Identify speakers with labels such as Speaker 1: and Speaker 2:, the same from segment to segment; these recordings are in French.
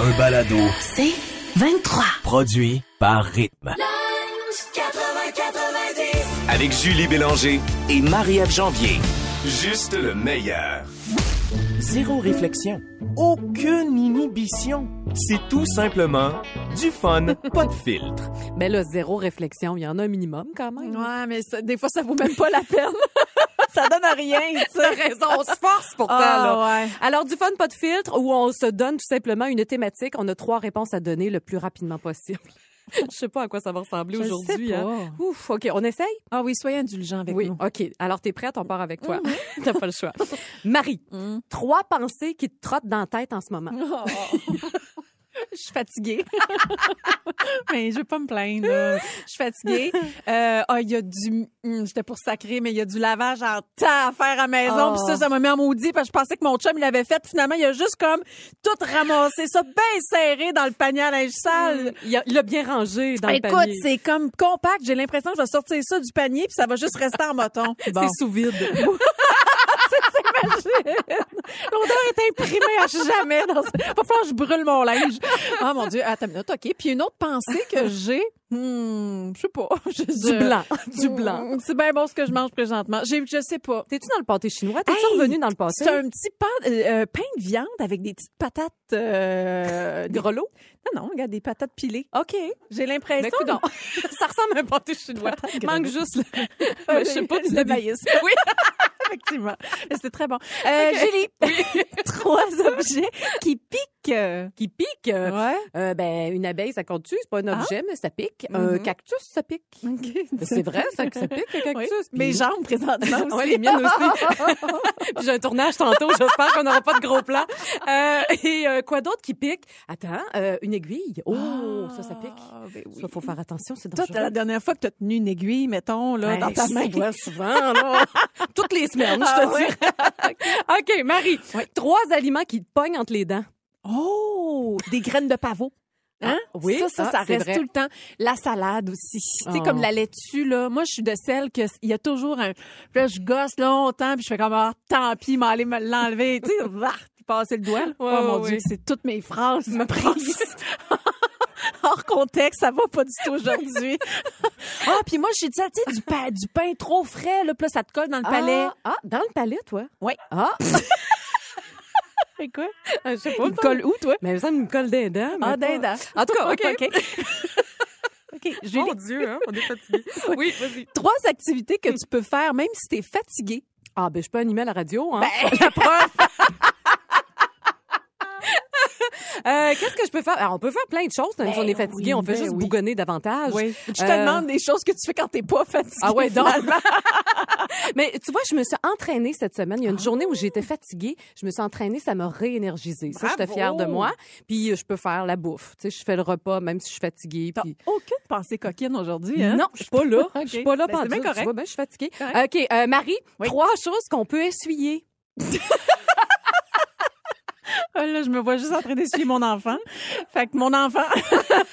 Speaker 1: Un balado
Speaker 2: C'est 23.
Speaker 1: produit par Rythme.
Speaker 3: Avec Julie Bélanger et Marie-Ève Janvier. Juste le meilleur.
Speaker 4: Zéro réflexion. Aucune inhibition. C'est tout simplement du fun, pas de filtre.
Speaker 5: Mais là, zéro réflexion. Il y en a un minimum quand même.
Speaker 6: Ouais, mais ça- des fois, ça vaut même pas la peine. ça donne à rien, tu sais.
Speaker 5: raison, on se force pourtant.
Speaker 6: Ah, ouais.
Speaker 5: Alors, du fun, pas de filtre, où on se donne tout simplement une thématique. On a trois réponses à donner le plus rapidement possible. Je sais pas à quoi ça va ressembler
Speaker 6: Je le sais
Speaker 5: aujourd'hui.
Speaker 6: pas.
Speaker 5: hein. Ouf, OK, on essaye?
Speaker 6: Ah oui, soyez indulgents avec nous. Mhm.
Speaker 5: OK. Alors, t'es prête? On part avec toi. T'as pas le choix. Marie, trois pensées qui te trottent dans la tête en ce moment.
Speaker 6: Mhm. Oh. Je suis fatiguée. mais je vais pas me plaindre. là. Je suis fatiguée. Euh, ah, il y a du... hum, J'étais pour sacrer, mais il y a du lavage en tas à faire à la maison.
Speaker 5: Oh.
Speaker 6: Puis ça, ça m'a mis en maudit parce que je pensais que mon chum, il l'avait fait. Finalement, il a juste comme tout ramassé ça bien serré dans le panier à linge sale.
Speaker 5: Il a- il l'a bien rangé dans le
Speaker 6: Écoute,
Speaker 5: panier.
Speaker 6: c'est comme compact. J'ai l'impression que je vais sortir ça du panier puis ça va juste rester en moton. Bon.
Speaker 5: sous vide.
Speaker 6: L'odeur est imprimée à jamais. Dans ce... Va falloir que je brûle mon linge. Ah mon Dieu, attends une minute, OK. Puis une autre pensée que j'ai, hmm, je sais pas. Je-
Speaker 5: du
Speaker 6: je-
Speaker 5: blanc. Du blanc.
Speaker 6: Hmm, C'est bien bon ce que je mange présentement. J'ai, je sais pas.
Speaker 5: T'es-tu dans le pâté chinois? T'es-tu
Speaker 6: Hey,
Speaker 5: revenu dans le passé?
Speaker 6: C'est un petit pain, euh, euh, pain de viande avec des petites patates... Euh, des-
Speaker 5: grelot?
Speaker 6: Non, non, regarde, des patates pilées.
Speaker 5: OK.
Speaker 6: J'ai
Speaker 5: Mais
Speaker 6: l'impression...
Speaker 5: coudonc, ça ressemble à un pâté chinois.
Speaker 6: Patate
Speaker 5: Manque
Speaker 6: grelot.
Speaker 5: juste le...
Speaker 6: Euh,
Speaker 5: Mais je sais pas, tu
Speaker 6: le
Speaker 5: l'as
Speaker 6: maïs.
Speaker 5: Oui.
Speaker 6: Effectivement. Mais C'était très bon. Euh, Julie, trois objets qui piquent. euh,
Speaker 5: Qui pique. euh,
Speaker 6: Ouais.
Speaker 5: euh, ben, une abeille, ça compte-tu? C'est pas un
Speaker 6: Ah.
Speaker 5: objet, mais ça pique. Un
Speaker 6: Mhm.
Speaker 5: cactus, ça pique. C'est vrai, ça, que ça pique, un
Speaker 6: Oui.
Speaker 5: cactus. Puis-
Speaker 6: Mes jambes présentement aussi.
Speaker 5: Ouais, les miennes aussi. Puis j'ai un tournage tantôt, j'espère qu'on n'aura pas de gros plans. Euh, et euh, quoi d'autre qui pique? Attends, euh, une aiguille. Oh, ça, ça pique.
Speaker 6: Ah, ben oui.
Speaker 5: Ça, faut faire attention, c'est
Speaker 6: Toi,
Speaker 5: dangereux.
Speaker 6: t'as la dernière fois que t'as tenu une aiguille, mettons, là,
Speaker 5: Ouais,
Speaker 6: dans ta main.
Speaker 5: souvent, souvent, là. Toutes les semaines, je
Speaker 6: Ah
Speaker 5: te
Speaker 6: ouais?
Speaker 5: dis. OK, Marie, trois aliments qui te pognent entre les dents.
Speaker 6: Oh! Des graines de pavot. Hein?
Speaker 5: Ah, oui,
Speaker 6: ça, ça,
Speaker 5: ah,
Speaker 6: ça
Speaker 5: c'est
Speaker 6: reste
Speaker 5: vrai.
Speaker 6: tout le temps. La salade aussi. Tu sais,
Speaker 5: Ah.
Speaker 6: comme la laitue, là. Moi, je suis de celle que il y a toujours un. Puis là, je gosse longtemps, puis je fais comme, ah, tant pis, m'en aller me l'enlever. tu sais, bah, passer le doigt. là.
Speaker 5: Ouais,
Speaker 6: oh mon
Speaker 5: ouais,
Speaker 6: Dieu,
Speaker 5: ouais.
Speaker 6: c'est toutes mes phrases. Me prises. Hors contexte, ça va pas du tout aujourd'hui. ah, puis moi, je suis de celle, tu sais, du, pa- du pain trop frais, là, puis là, ça te colle dans le palais.
Speaker 5: Ah, ah, dans le palais, toi?
Speaker 6: Ouais.
Speaker 5: Ah,
Speaker 6: C'est quoi?
Speaker 5: je sais
Speaker 6: Il te colle où, toi?
Speaker 5: Mais ça me colle des dents. mais
Speaker 6: Ah,
Speaker 5: pas-
Speaker 6: dindin.
Speaker 5: En tout cas, OK.
Speaker 6: OK, Julie.
Speaker 5: Dieu, hein, on est fatigué. oui, vas-y.
Speaker 6: trois activités que tu peux faire même si t'es fatigué. Ben.
Speaker 5: Ah, ben, je peux animer la radio, hein.
Speaker 6: la preuve.
Speaker 5: Euh, Qu'est-ce que je peux faire? Alors, on peut faire plein de choses, même si on est fatigué.
Speaker 6: oui,
Speaker 5: on fait
Speaker 6: ben
Speaker 5: juste
Speaker 6: oui.
Speaker 5: bougonner davantage.
Speaker 6: Je te
Speaker 5: Euh,
Speaker 6: demande des choses que tu fais quand t'es pas fatigué.
Speaker 5: Ah ouais, donc.
Speaker 6: finalement.
Speaker 5: Mais tu vois, je me suis entraînée cette semaine. Il y
Speaker 6: Ah.
Speaker 5: a une journée où j'étais fatiguée. Je me suis entraînée, ça m'a réénergisée. Ça, j'étais
Speaker 6: Bravo!
Speaker 5: fière de moi. Puis euh, je peux faire la bouffe. Tu sais, je fais le repas même si je suis fatiguée.
Speaker 6: T'as
Speaker 5: Puis...
Speaker 6: aucune pensée coquine aujourd'hui, hein?
Speaker 5: Non, je suis pas là.
Speaker 6: Ok.
Speaker 5: Je suis pas là
Speaker 6: Ben, c'est
Speaker 5: pendant.
Speaker 6: bien correct.
Speaker 5: Tu vois, ben, je suis fatiguée.
Speaker 6: Correct.
Speaker 5: OK, euh, Marie,
Speaker 6: Oui.
Speaker 5: trois choses qu'on peut essuyer.
Speaker 6: Ah, là, je me vois juste en train d'essuyer mon enfant. Fait que mon enfant.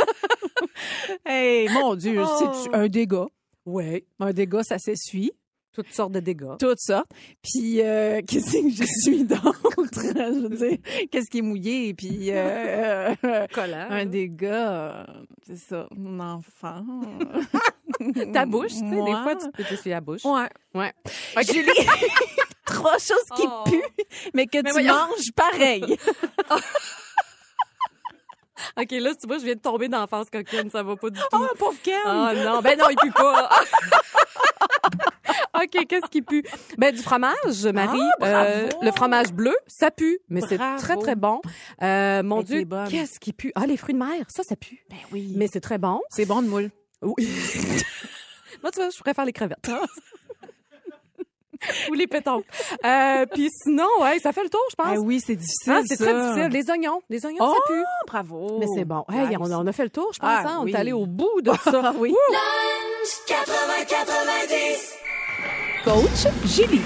Speaker 6: hey, mon Dieu,
Speaker 5: Oh.
Speaker 6: c'est un dégât.
Speaker 5: Oui.
Speaker 6: Un dégât, ça s'essuie.
Speaker 5: Toutes sortes de dégâts.
Speaker 6: Tout ça. Puis, euh, qu'est-ce que je suis d'autre? je veux dire, qu'est-ce qui est mouillé? Puis, euh, euh,
Speaker 5: Collant.
Speaker 6: un dégât, euh, c'est ça, mon enfant.
Speaker 5: Ta bouche, tu sais, des
Speaker 6: Moi.
Speaker 5: fois, tu peux t'essuyer la bouche.
Speaker 6: Ouais.
Speaker 5: Ouais.
Speaker 6: Julie, trois choses qui
Speaker 5: Oh.
Speaker 6: puent, mais que
Speaker 5: Mais
Speaker 6: tu
Speaker 5: voyons.
Speaker 6: manges pareil.
Speaker 5: OK, là, tu vois, je viens de tomber dans l'enfance coquine. Ça va pas du tout.
Speaker 6: Oh, pauvre Ken!
Speaker 5: Ah non, ben non, il pue pas. OK, qu'est-ce qui pue? Ben du fromage, Marie. Euh,
Speaker 6: bravo!
Speaker 5: le fromage bleu, ça pue, mais c'est
Speaker 6: Bravo.
Speaker 5: très très bon. Euh, mon
Speaker 6: Avec
Speaker 5: Dieu,
Speaker 6: les bonnes.
Speaker 5: qu'est-ce qui pue? Ah les fruits de mer, ça ça pue.
Speaker 6: Ben oui.
Speaker 5: Mais c'est très bon.
Speaker 6: c'est bon de moule. Ah,
Speaker 5: Oui. Moi tu vois, je préfère les crevettes. ou les pétanques. Euh, Puis sinon, ouais, ça fait le tour, je pense.
Speaker 6: Ah oui, c'est difficile.
Speaker 5: Hein, c'est
Speaker 6: ça.
Speaker 5: très difficile. Les oignons, les oignons,
Speaker 6: Oh,
Speaker 5: ça pue.
Speaker 6: bravo.
Speaker 5: Mais c'est bon. Hey,
Speaker 6: Nice.
Speaker 5: on, a- on a fait le tour, je pense.
Speaker 6: Ah,
Speaker 5: hein. On
Speaker 6: oui.
Speaker 5: est allé au bout de ça. Ah oui.
Speaker 7: Coach Julie.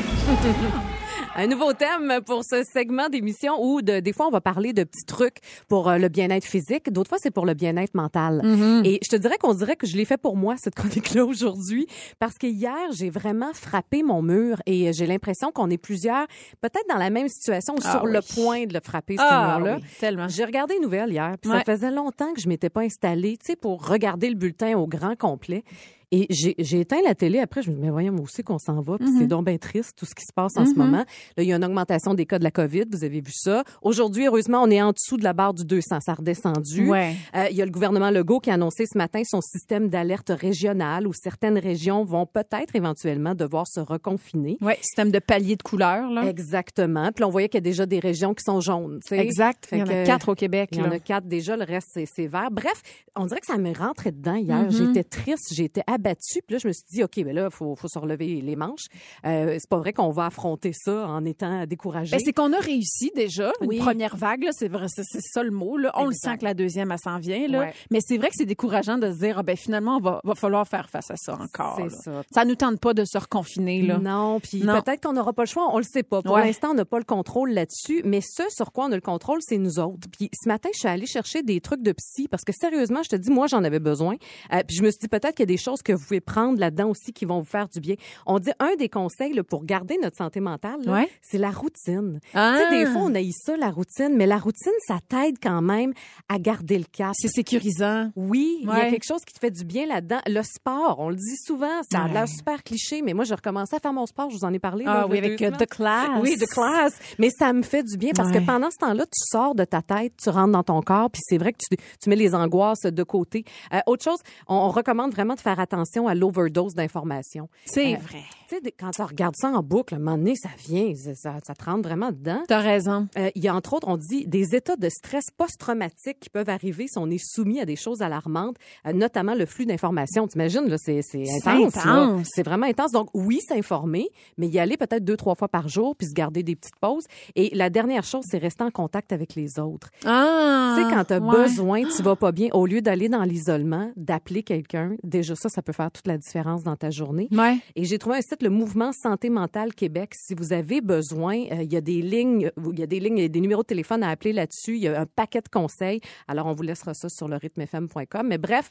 Speaker 5: Un nouveau thème pour ce segment d'émission où de- des fois on va parler de petits trucs pour euh, le bien-être physique, d'autres fois c'est pour le bien-être mental.
Speaker 6: Mm-hmm.
Speaker 5: Et je te dirais qu'on dirait que je l'ai fait pour moi cette chronique-là aujourd'hui parce que hier j'ai vraiment frappé mon mur et euh, j'ai l'impression qu'on est plusieurs peut-être dans la même situation ou sur le point de le frapper ce
Speaker 6: Ah,
Speaker 5: mur-là.
Speaker 6: oui, tellement.
Speaker 5: Hein, J'ai regardé les nouvelles hier, puis
Speaker 6: Ouais.
Speaker 5: ça faisait longtemps que je m'étais pas installée, tu sais, pour regarder le bulletin au grand complet. Et j'ai j'ai éteint la télé après, je me dis, mais voyons, où c'est qu'on s'en va? Puis
Speaker 6: Mm-hmm.
Speaker 5: c'est donc bien triste, tout ce qui se passe en ce moment. Là, il y a une augmentation des cas de la COVID, vous avez vu ça. Aujourd'hui, heureusement, on est en dessous de la barre du 200, ça a redescendu.
Speaker 6: Ouais.
Speaker 5: Euh, il y a le gouvernement Legault qui a annoncé ce matin son système d'alerte régionale où certaines régions vont peut-être éventuellement devoir se reconfiner.
Speaker 6: Ouais, système de palier de couleurs, là.
Speaker 5: Exactement. Puis là, on voyait qu'il y a déjà des régions qui sont jaunes. tu sais.
Speaker 6: Exact. Il y en
Speaker 5: Fait
Speaker 6: a
Speaker 5: que-
Speaker 6: quatre au Québec.
Speaker 5: il y en
Speaker 6: là.
Speaker 5: a quatre déjà, le reste, c'est c'est vert. Bref, on dirait que ça me rentrait dedans hier.
Speaker 6: Mhm.
Speaker 5: J'étais triste, j'étais abattue. Puis là, je me suis dit, OK, mais là, il faut, faut se relever les manches. Euh, c'est pas vrai qu'on va affronter ça en étant découragé.
Speaker 6: Ben, c'est qu'on a réussi déjà
Speaker 5: Oui.
Speaker 6: une première vague là, c'est vrai, c'est c'est ça le mot là. On
Speaker 5: Exact.
Speaker 6: le sent que la deuxième elle s'en vient là.
Speaker 5: Ouais.
Speaker 6: Mais c'est vrai que c'est décourageant de se dire ah, ben finalement on va, va falloir faire face à ça encore.
Speaker 5: C'est
Speaker 6: là.
Speaker 5: ça.
Speaker 6: Ça nous tente pas de se reconfiner là.
Speaker 5: Non, puis
Speaker 6: Non.
Speaker 5: peut-être qu'on n'aura pas le choix, on le sait pas. Pour
Speaker 6: Ouais.
Speaker 5: l'instant, on n'a pas le contrôle là-dessus, mais ce sur quoi on a le contrôle, c'est nous autres. Puis ce matin, je suis allée chercher des trucs de psy parce que sérieusement, je te dis, moi, j'en avais besoin. Euh, puis je me suis dit peut-être qu'il y a des choses que vous pouvez prendre là-dedans aussi qui vont vous faire du bien. On dit un des conseils là, pour garder notre santé mentale, là,
Speaker 6: Ouais.
Speaker 5: c'est la routine.
Speaker 6: Ah.
Speaker 5: Tu sais, des fois, on a ça, la routine, mais la routine, ça t'aide quand même à garder le cap.
Speaker 6: C'est sécurisant.
Speaker 5: Oui, il y a
Speaker 6: Ouais.
Speaker 5: quelque chose qui te fait du bien là-dedans. Le sport, on le dit souvent, ça a l'air super cliché, mais moi, j'ai recommencé à faire mon sport, je vous en ai parlé. là,
Speaker 6: Ah
Speaker 5: il y
Speaker 6: oui,
Speaker 5: a deux
Speaker 6: avec euh,
Speaker 5: semaines.
Speaker 6: The Class.
Speaker 5: Oui, de classe. Mais ça me fait du bien parce
Speaker 6: Ouais.
Speaker 5: que pendant ce temps-là, tu sors de ta tête, tu rentres dans ton corps, puis c'est vrai que tu, tu mets les angoisses de côté. Euh, autre chose, on, on recommande vraiment de faire attention à l'overdose d'informations.
Speaker 6: C'est
Speaker 5: Euh,
Speaker 6: vrai.
Speaker 5: Tu sais, des- quand tu regardes ça en boucle, à un moment donné, ça vient, ça, ça- ça te rentre vraiment dedans.
Speaker 6: T'as raison.
Speaker 5: Euh, il y a entre autres, on dit, des états de stress post-traumatique qui peuvent arriver si on est soumis à des choses alarmantes, euh, notamment le flux d'informations. T'imagines, là, c'est c'est
Speaker 6: C'est
Speaker 5: intense. là.
Speaker 6: intense.
Speaker 5: C'est vraiment intense. Donc, oui, s'informer, mais y aller peut-être deux, trois fois par jour, puis se garder des petites pauses. Et la dernière chose, c'est rester en contact avec les autres.
Speaker 6: Ah.
Speaker 5: tu sais, quand t'as
Speaker 6: ouais.
Speaker 5: besoin, tu vas pas bien, au lieu d'aller dans l'isolement, d'appeler quelqu'un, déjà ça, ça peut faire toute la différence dans ta journée.
Speaker 6: Ouais.
Speaker 5: Et j'ai trouvé un site, le Mouvement Santé Mentale Québec. Si vous avez besoin, euh, il y a des lignes, euh, il y a des lignes, il y a des numéros de téléphone à appeler là-dessus. Il y a un paquet de conseils. Alors, on vous laissera ça sur le rythmefm.com. Mais bref,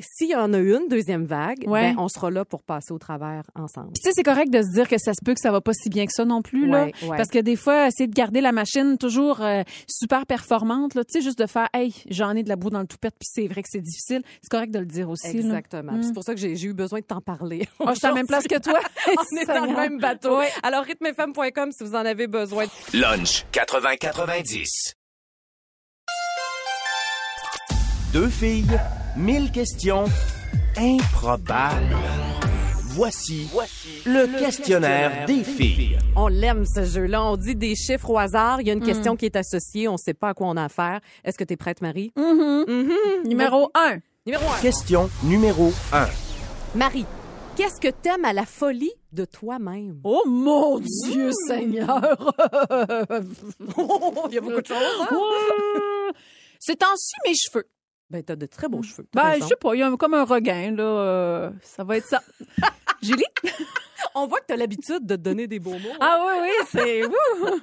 Speaker 5: s'il y en a une deuxième vague,
Speaker 6: Ouais.
Speaker 5: ben, on sera là pour passer au travers ensemble.
Speaker 6: Puis tu sais, c'est correct de se dire que ça se peut que ça va pas si bien que ça non plus là,
Speaker 5: Ouais, ouais.
Speaker 6: parce que des fois essayer de garder la machine toujours euh, super performante là, tu sais juste de faire hey, j'en ai de la boue dans le toupette puis c'est vrai que c'est difficile, c'est correct de le dire aussi là.
Speaker 5: Exactement. Puis C'est pour ça que j'ai j'ai eu besoin de t'en parler.
Speaker 6: Oh, Mm. je suis à la même place que toi.
Speaker 5: on est dans le
Speaker 6: Seigneur.
Speaker 5: même bateau. Alors, rythmefm.com si vous en avez besoin.
Speaker 3: Lunch 80-90.
Speaker 4: Deux filles, mille questions improbables. Voici, le, questionnaire, des filles.
Speaker 5: On l'aime, ce jeu-là. On dit des chiffres au hasard. Il y a une
Speaker 6: Mm.
Speaker 5: question qui est associée. On ne sait pas à quoi on a affaire. Est-ce que tu es prête, Marie?
Speaker 6: Mm. Numéro 1.
Speaker 5: Numéro 1.
Speaker 4: Question numéro 1.
Speaker 5: Marie, qu'est-ce que t'aimes à la folie de toi-même?
Speaker 6: Oh mon Dieu Seigneur!
Speaker 5: Il y a beaucoup de choses. hein?
Speaker 6: Mmh. C'est ensuite mes cheveux.
Speaker 5: Ben, t'as de très beaux cheveux. t'as
Speaker 6: Ben, je
Speaker 5: raison.
Speaker 6: sais pas, il y a un- comme un regain, là. euh, ça va être ça. Julie?
Speaker 5: On voit que t'as l'habitude de te donner des beaux mots. hein.
Speaker 6: Ah oui, oui, c'est... ouh!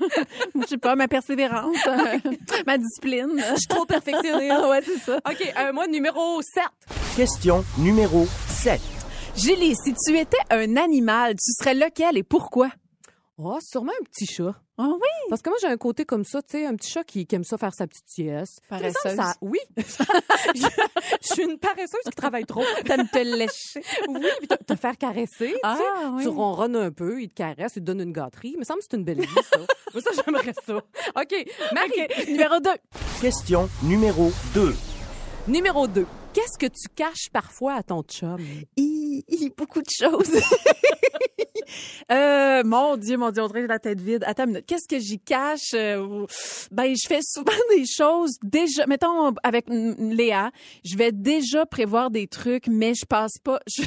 Speaker 6: Je sais pas, ma persévérance, euh, ma discipline.
Speaker 5: je suis trop perfectionniste. ouais, c'est ça. OK, euh, moi, numéro 7.
Speaker 4: Question numéro 7.
Speaker 6: Julie, si tu étais un animal, tu serais lequel et pourquoi?
Speaker 5: Oh, sûrement un petit chat.
Speaker 6: Oh oui!
Speaker 5: Parce que moi, j'ai un côté comme ça, tu sais, un petit chat qui, qui aime ça faire sa petite sieste.
Speaker 6: Paresseuse.
Speaker 5: Ça me semble, ça- oui. je, je suis une paresseuse qui travaille trop.
Speaker 6: T'aimes te lécher.
Speaker 5: Oui, puis te, te faire caresser.
Speaker 6: Ah,
Speaker 5: tu sais.
Speaker 6: oui.
Speaker 5: Tu ronronnes un peu, il te caresse, il te donne une gâterie. Il me semble que c'est une belle vie, ça. Moi, ça, j'aimerais ça. OK, Marie,
Speaker 6: Numéro 2.
Speaker 4: Question numéro 2.
Speaker 5: numéro 2. Qu'est-ce que tu caches parfois à ton chum?
Speaker 6: il, il- beaucoup de choses. Euh, mon Dieu, mon Dieu, on dirait que j'ai la tête vide. Attends une minute. Qu'est-ce que j'y cache? Euh, ben, je fais souvent des choses déjà. Mettons, avec mm, Léa, je vais déjà prévoir des trucs, mais je passe pas. Je,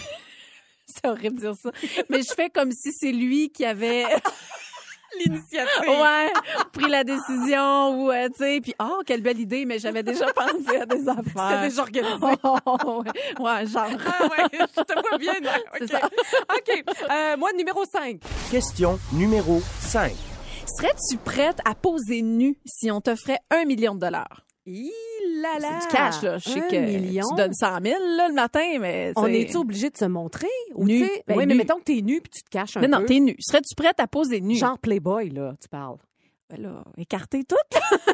Speaker 6: C'est horrible de dire ça. Mais je fais comme si c'est lui qui avait
Speaker 7: L'initiative.
Speaker 6: ouais, pris la décision ou euh, tu sais puis oh quelle belle idée mais j'avais déjà pensé à des affaires.
Speaker 7: C'était déjà organisé.
Speaker 6: Oh, ouais. ouais, genre
Speaker 7: Ah ouais, je te vois bien. là.
Speaker 6: C'est
Speaker 7: OK.
Speaker 6: ça.
Speaker 5: OK. Euh, moi, numéro 5.
Speaker 4: Question numéro 5.
Speaker 6: Serais-tu prête à poser nue si on t'offrait un million de dollars?
Speaker 5: Il là là.
Speaker 6: C'est du cash, là. Je sais
Speaker 5: Un
Speaker 6: que
Speaker 5: million.
Speaker 6: tu donnes 100 000 là, le matin, mais...
Speaker 5: On
Speaker 6: t'sais-
Speaker 5: est-tu obligé de se montrer? Ou
Speaker 6: Nu.
Speaker 5: tu sais-
Speaker 6: Ben,
Speaker 5: oui, mais
Speaker 6: nu.
Speaker 5: mettons que t'es nu puis tu te caches un
Speaker 6: Mais
Speaker 5: peu.
Speaker 6: non, t'es nue. Serais-tu prête à poser nue?
Speaker 5: Genre Playboy, là, tu parles.
Speaker 6: ben là, écarter tout.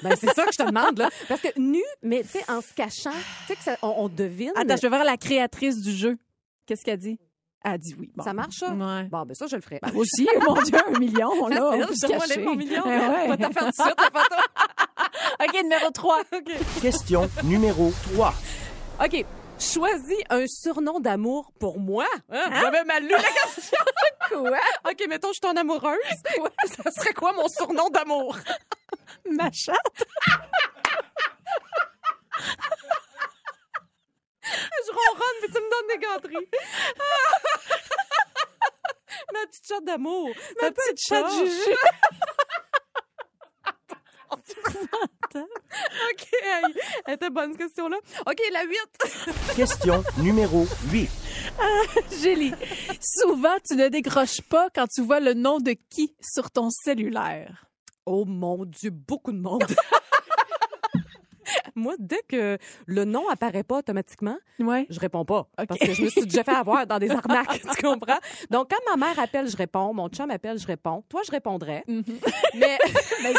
Speaker 5: Ben, c'est ça que je te demande, là. Parce que nu, mais tu sais, en se cachant, tu sais que ça- on, on devine.
Speaker 6: Attends, je vais voir la créatrice du jeu. Qu'est-ce qu'elle dit? Elle dit oui. Bon.
Speaker 5: Ça marche, ça?
Speaker 6: Ouais.
Speaker 5: Bon, ben Oh ça, je le ferai.
Speaker 6: Moi aussi, mon Dieu, un million, là. on peut se cacher. Eh
Speaker 5: Ben
Speaker 6: ouais. OK, numéro 3.
Speaker 4: Question numéro 3.
Speaker 5: OK. Choisis un surnom d'amour pour moi. Hein? J'avais mal lu la question. quoi? OK, mettons, je suis ton amoureuse. Ça serait quoi mon surnom d'amour?
Speaker 6: Ma chatte.
Speaker 5: Je ronronne, mais tu me donnes des gâteries. Ma petite chatte d'amour. Ma petite
Speaker 6: Chatte jugée.
Speaker 5: OK. hey, Elle était bonne, cette question-là. OK, la 8.
Speaker 4: Question numéro 8.
Speaker 6: Julie, souvent, tu ne décroches pas quand tu vois le nom de qui sur ton cellulaire.
Speaker 5: Oh mon Dieu, beaucoup de monde. Moi, dès que le nom apparaît pas automatiquement,
Speaker 6: Ouais.
Speaker 5: je réponds pas. Parce que je me suis déjà fait avoir dans des arnaques, tu comprends? Donc, quand ma mère appelle, je réponds. Mon chum appelle, je réponds. Toi, je répondrais. Mais
Speaker 6: Mais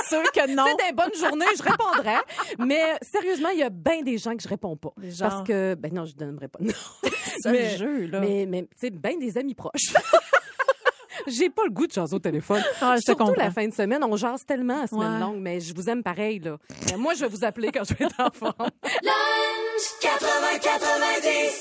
Speaker 6: sûr que non.
Speaker 5: c'était des bonnes journées, je répondrais. Mais sérieusement, il y a bien des gens que je réponds pas.
Speaker 6: gens.
Speaker 5: Parce que, ben non, je donnerai pas. de nom.
Speaker 6: C'est
Speaker 5: mais-
Speaker 6: le jeu, là.
Speaker 5: Mais, mais tu sais, bien des amis proches. J'ai pas le goût de jaser au téléphone.
Speaker 6: Ah, je te
Speaker 5: Surtout
Speaker 6: comprends.
Speaker 5: la fin de semaine, on jase tellement à semaine
Speaker 6: Ouais.
Speaker 5: longue, mais je vous aime pareil, là. Mais moi, je vais vous appeler quand je vais être en forme.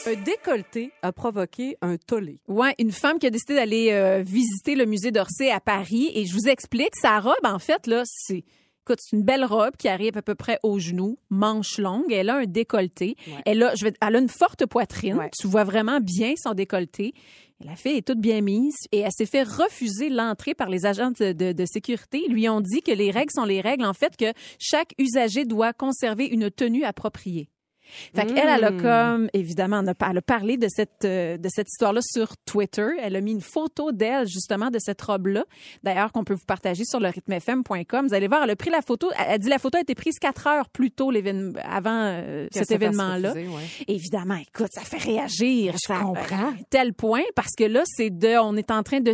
Speaker 5: Un décolleté a provoqué un tollé.
Speaker 6: Ouais, une femme qui a décidé d'aller euh, visiter le musée d'Orsay à Paris et je vous explique sa robe en fait là, c'est écoute, c'est une belle robe qui arrive à peu près aux genoux, manches longues, elle a un décolleté, elle a je vais elle a une forte poitrine,
Speaker 5: Ouais.
Speaker 6: tu vois vraiment bien son décolleté. Et La fille est toute bien mise et elle s'est fait refuser l'entrée par les agents de, de- de sécurité. Ils lui ont dit que les règles sont les règles, en fait, que chaque usager doit conserver une tenue appropriée. Fait qu'elle, elle a
Speaker 5: Mm.
Speaker 6: comme, évidemment, on a, elle a parlé de cette, euh, de cette histoire-là sur Twitter. Elle a mis une photo d'elle, justement, de cette robe-là. D'ailleurs, qu'on peut vous partager sur le rythmefm.com. Vous allez voir, elle a pris la photo. Elle, elle dit la photo a été prise quatre heures plus tôt, l'événement, avant euh,
Speaker 5: Qu'elle
Speaker 6: cet
Speaker 5: se fasse
Speaker 6: événement-là.
Speaker 5: refuser, ouais.
Speaker 6: Évidemment, écoute, ça fait réagir. Je
Speaker 5: comprends.
Speaker 6: Tel point, parce que là, c'est de, on est en train de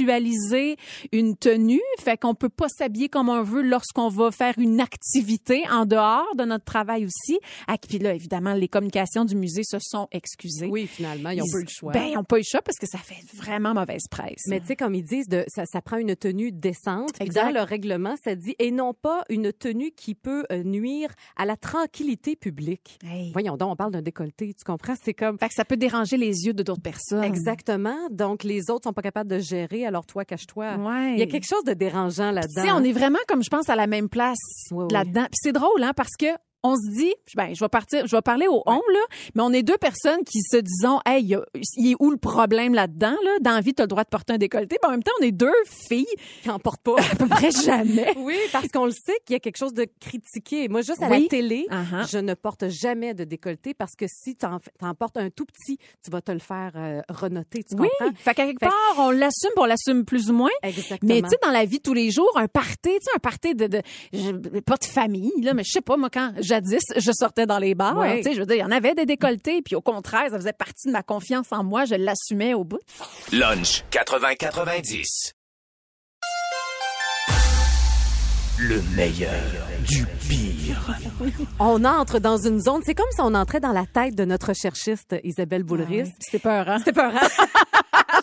Speaker 6: sexualiser une tenue. Fait qu'on peut pas s'habiller comme on veut lorsqu'on va faire une activité en dehors de notre travail aussi. Ah, puis là, évidemment, les communications du musée se sont excusées.
Speaker 5: Oui, finalement, ils ont pas eu le choix.
Speaker 6: Ben, ils ont pas eu le choix parce que ça fait vraiment mauvaise presse.
Speaker 5: mais tu sais, comme ils disent, de, ça, ça prend une tenue décente. Puis
Speaker 6: Exact.
Speaker 5: Dans le règlement, ça dit et non pas une tenue qui peut euh, nuire à la tranquillité publique.
Speaker 6: Hey.
Speaker 5: Voyons donc, on parle d'un décolleté, tu comprends? C'est comme
Speaker 6: Fait que ça peut déranger les yeux de d'autres personnes.
Speaker 5: Exactement. Donc, les autres sont pas capables de gérer, alors toi, cache-toi.
Speaker 6: Ouais.
Speaker 5: Il y a quelque chose de dérangeant
Speaker 6: Tu
Speaker 5: là-dedans.
Speaker 6: sais, on est vraiment comme je pense à la même place
Speaker 5: Oui, oui.
Speaker 6: là-dedans. Puis c'est drôle hein parce que on se dit ben je vais partir, je vais parler au on là, mais on est deux personnes qui se disons hey, il y a- il est où le problème là-dedans là Dans la vie, tu as le droit de porter un décolleté, mais en même temps, on est deux filles
Speaker 5: qui en porte pas.
Speaker 6: à peu près jamais.
Speaker 5: oui, parce qu'on le sait qu'il y a quelque chose de critiqué. Moi, juste à
Speaker 6: Oui.
Speaker 5: la télé,
Speaker 6: Uh-huh.
Speaker 5: je ne porte jamais de décolleté parce que si t'en, t'en portes un tout petit, tu vas te le faire euh, renoter, tu
Speaker 6: Oui,
Speaker 5: comprends?
Speaker 6: fait qu'à quelque
Speaker 5: Fait que-
Speaker 6: part, on l'assume, puis on l'assume plus ou moins.
Speaker 5: Exactement.
Speaker 6: Mais tu sais, dans la vie de tous les jours, un party, tu sais, un party de, de je- pas de famille, là, mais je sais pas, moi, quand jadis, je sortais dans les bars,
Speaker 5: Ouais.
Speaker 6: tu sais, je veux dire, il y en avait des décolletés, puis au contraire, ça faisait partie de ma confiance en moi, je l'assumais au bout.
Speaker 3: Lunch 80-90. Le meilleur du pire.
Speaker 5: on entre dans une zone, c'est comme si on
Speaker 6: Ah
Speaker 5: entrait dans la tête de notre recherchiste Isabelle Boulris.
Speaker 6: C'était peur, hein?
Speaker 5: C'était peurant. à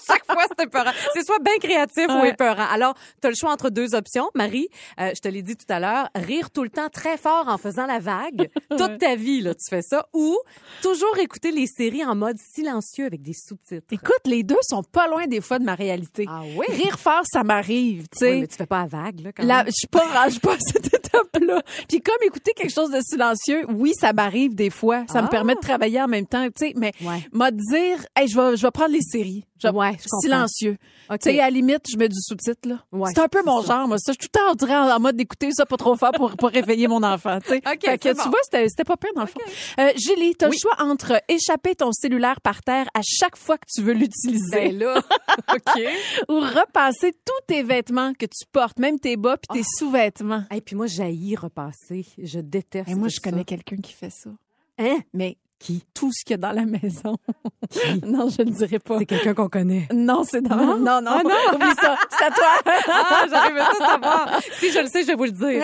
Speaker 5: chaque fois fois, c'est épeurant. C'est soit bien créatif ou épeurant. Alors, tu as le choix entre deux options. Marie, euh, je te l'ai dit tout à l'heure, rire tout le temps très fort en faisant la vague. Toute ta vie, là, tu fais ça. Ou toujours écouter les séries en mode silencieux avec des sous-titres.
Speaker 6: Écoute, les deux sont pas loin des fois de ma réalité.
Speaker 5: Ah oui?
Speaker 6: Rire fort, ça m'arrive, tu
Speaker 5: Oui,
Speaker 6: sais.
Speaker 5: mais tu fais pas la vague, là, quand
Speaker 6: Là,
Speaker 5: même.
Speaker 6: je suis pas, je suis pas à cette étape-là. Puis comme écouter quelque chose de silencieux, oui, ça m'arrive des fois. Ça
Speaker 5: Ah.
Speaker 6: me permet de travailler en même temps, tu sais. Mais
Speaker 5: Ouais.
Speaker 6: m'a dire, hey, je vais, je vais prendre les séries. Je-
Speaker 5: Ouais, je comprends.
Speaker 6: silencieux.
Speaker 5: OK.
Speaker 6: Tu sais, à la limite, je mets du sous-titre là.
Speaker 5: Ouais,
Speaker 6: c'est un peu
Speaker 5: c'est
Speaker 6: mon
Speaker 5: ça.
Speaker 6: genre, moi. Ça, je suis tout le temps on dirait, en, en mode d'écouter ça pas trop fort pour pour réveiller mon enfant. Tu sais.
Speaker 5: OK,
Speaker 6: Fait que
Speaker 5: c'est
Speaker 6: tu
Speaker 5: bon.
Speaker 6: vois, c'était c'était pas pire dans le fond. Euh, Julie, t'as le choix entre échapper ton cellulaire par terre à chaque fois que tu veux l'utiliser
Speaker 5: Ben là, OK.
Speaker 6: ou repasser tous tes vêtements que tu portes, même tes bas puis
Speaker 5: Ah.
Speaker 6: tes sous-vêtements.
Speaker 5: Et puis moi, j'haïs repasser. Ben, Je déteste
Speaker 6: Et moi, je
Speaker 5: ça.
Speaker 6: connais quelqu'un qui fait ça.
Speaker 5: Hein?
Speaker 6: Mais qui? Tout ce qu'il y a dans la maison. non, je ne dirais pas.
Speaker 5: C'est quelqu'un qu'on connaît.
Speaker 6: Non, c'est dans Non, non, non. Oublie ça. C'est à toi.
Speaker 5: Ah, j'arrive pas à savoir. Si je le sais, je vais vous le dire.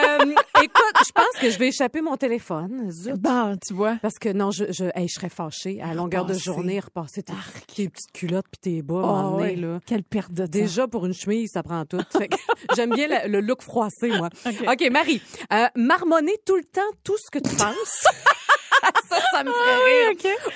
Speaker 5: Euh, écoute, je pense que je vais échapper mon téléphone. Zut.
Speaker 6: Bon, tu vois.
Speaker 5: Parce que non, je, je, hey, je serais fâchée à longueur de
Speaker 6: Repasser. Oh,
Speaker 5: journée repasser tes, tes petites culottes puis tes bas, à un moment donné, là.
Speaker 6: Quelle perte de temps.
Speaker 5: Déjà pour une chemise, ça prend tout. Fait que J'aime bien la- le look froissé, moi. Ok, Marie, euh, marmonner tout le temps tout ce que tu penses. ça, ça me ferait rire.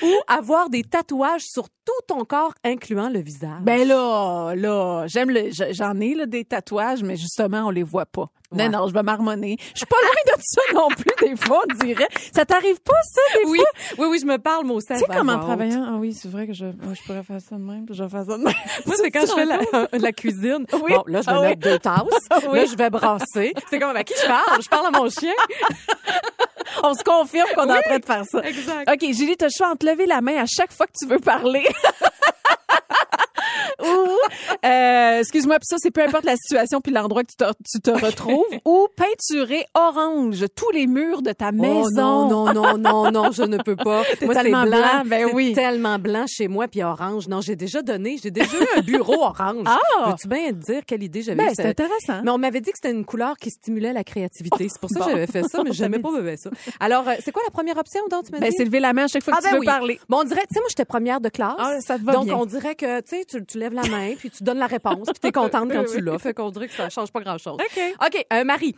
Speaker 5: Ou avoir des tatouages sur tout ton corps, incluant le visage.
Speaker 6: Ben là, là, j'aime le, je- j'en ai là des tatouages, mais justement on les voit pas.
Speaker 5: Ouais.
Speaker 6: Non, non, je vais marmonner. Je suis pas loin de ça non plus des fois, on dirait. Ça t'arrive pas ça des
Speaker 5: oui,
Speaker 6: fois?
Speaker 5: oui, oui, je me parle, moi aussi.
Speaker 6: Tu sais
Speaker 5: à voix
Speaker 6: comme en
Speaker 5: haute.
Speaker 6: travaillant, ah oui, c'est vrai que je, moi, je pourrais faire ça de même, puis je vais faire ça de même.
Speaker 5: Moi, c'est quand je fais la, la cuisine.
Speaker 6: Oui.
Speaker 5: Bon, là, je vais
Speaker 6: Ah oui.
Speaker 5: mettre deux tasses.
Speaker 6: Oui.
Speaker 5: Là, je vais brasser. C'est comme à qui je parle? Je parle à mon chien.
Speaker 6: On se confirme qu'on est en train de faire ça.
Speaker 5: Exact.
Speaker 6: OK, Julie, t'as le choix entre lever la main à chaque fois que tu veux parler. ou, euh, excuse-moi, puis ça, c'est peu importe la situation puis l'endroit que tu te, tu te retrouves. Ou peinturer orange tous les murs de ta maison.
Speaker 5: Oh, non, non, non, non, non, je ne peux pas. Moi, c'est
Speaker 6: tellement blanc, ben
Speaker 5: c'est
Speaker 6: oui.
Speaker 5: tellement blanc chez moi, puis orange. Non, j'ai déjà donné, j'ai déjà eu un bureau orange.
Speaker 6: Ah!
Speaker 5: Veux-tu bien te dire quelle idée j'avais
Speaker 6: Ben,
Speaker 5: eue,
Speaker 6: c'est
Speaker 5: ça-
Speaker 6: intéressant.
Speaker 5: Mais on m'avait dit que c'était une couleur qui stimulait la créativité. C'est pour ça
Speaker 6: Oh, Bon.
Speaker 5: que j'avais fait ça, mais
Speaker 6: On
Speaker 5: j'aimais pas bien ça. Alors, euh, c'est quoi la première option dont tu me
Speaker 6: Ben,
Speaker 5: dis?
Speaker 6: c'est lever la main à chaque fois que
Speaker 5: Ah,
Speaker 6: tu
Speaker 5: ben
Speaker 6: veux
Speaker 5: oui.
Speaker 6: parler.
Speaker 5: Mais on dirait, tu sais, moi, j'étais première de classe.
Speaker 6: Ah, ça te va
Speaker 5: Donc,
Speaker 6: bien.
Speaker 5: on dirait que, tu sais, tu, tu lèves la main, puis tu donnes la réponse, puis t'es contente quand tu l'as. Fait qu'on dirait que ça change pas grand-chose.
Speaker 6: OK.
Speaker 5: OK, euh, Marie.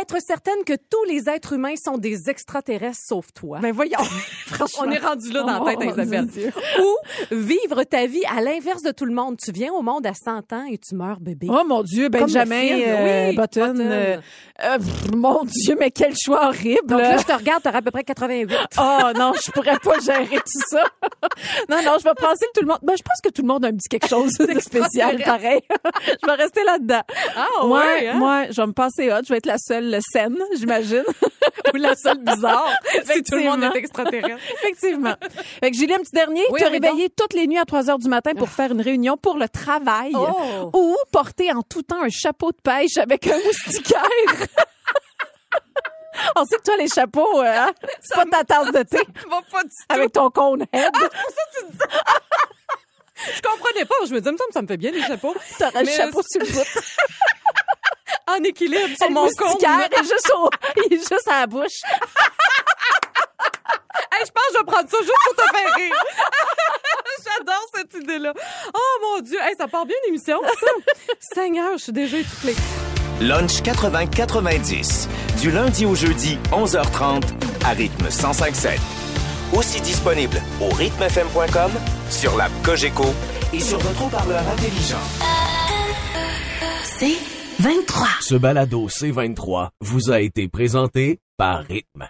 Speaker 5: Être certaine que tous les êtres humains sont des extraterrestres sauf toi.
Speaker 6: Ben voyons.
Speaker 5: on est rendu là dans la tête,
Speaker 6: Oh, mon
Speaker 5: Isabelle.
Speaker 6: Dieu.
Speaker 5: Ou vivre ta vie à l'inverse de tout le monde. Tu viens au monde à 100 ans et tu meurs bébé.
Speaker 6: Oh mon Dieu,
Speaker 5: Comme le
Speaker 6: Benjamin
Speaker 5: film,
Speaker 6: euh,
Speaker 5: oui,
Speaker 6: Button.
Speaker 5: Button.
Speaker 6: euh, euh, pff, mon Dieu, mais quel choix horrible.
Speaker 5: Donc là, je te regarde, t'auras à peu près 88.
Speaker 6: Oh non, je pourrais pas gérer tout ça. Non, non, je vais penser que tout le monde. Ben, je pense que tout le monde a un petit quelque chose de spécial, pareil. Je vais rester là-dedans.
Speaker 5: Ah,
Speaker 6: moi,
Speaker 5: ouais, hein?
Speaker 6: moi, je vais me passer hot. Je vais être la seule saine, j'imagine.
Speaker 5: Ou la seule bizarre, si tout le monde
Speaker 6: Effectivement.
Speaker 5: est extraterrestre.
Speaker 6: Effectivement. Fait que Julie, un petit dernier,
Speaker 5: Oui,
Speaker 6: te
Speaker 5: oui, donc.
Speaker 6: réveiller toutes les nuits à 3 heures du matin pour faire une réunion pour le travail
Speaker 5: Oh.
Speaker 6: ou porter en tout temps un chapeau de pêche avec un moustiquaire. On sait que toi, les chapeaux, euh, hein, c'est pas ta tasse de thé
Speaker 5: va pas du Ah,
Speaker 6: avec ton cône head.
Speaker 5: Je comprenais pas. Je me disais, il me semble que ça me fait bien les chapeaux.
Speaker 6: T'aurais le
Speaker 5: Mais,
Speaker 6: chapeau
Speaker 5: euh,
Speaker 6: sur le bout.
Speaker 5: En équilibre sur
Speaker 6: Le
Speaker 5: mon compte.
Speaker 6: moustiquaire est juste, au- il est juste à la bouche.
Speaker 5: Hey, je pense que je vais prendre ça juste pour te faire rire. J'adore cette idée-là. Oh mon Dieu, Hey, ça part bien l'émission, ça. Seigneur, je suis déjà essoufflée.
Speaker 3: Lunch 80-90. Du lundi au jeudi, 11h30, à rythme 105.7. Aussi disponible au rythmefm.com, sur l'app Cogeco et sur votre haut-parleur intelligent.
Speaker 2: C'est 23.
Speaker 1: Ce balado C23 vous a été présenté par Rythme.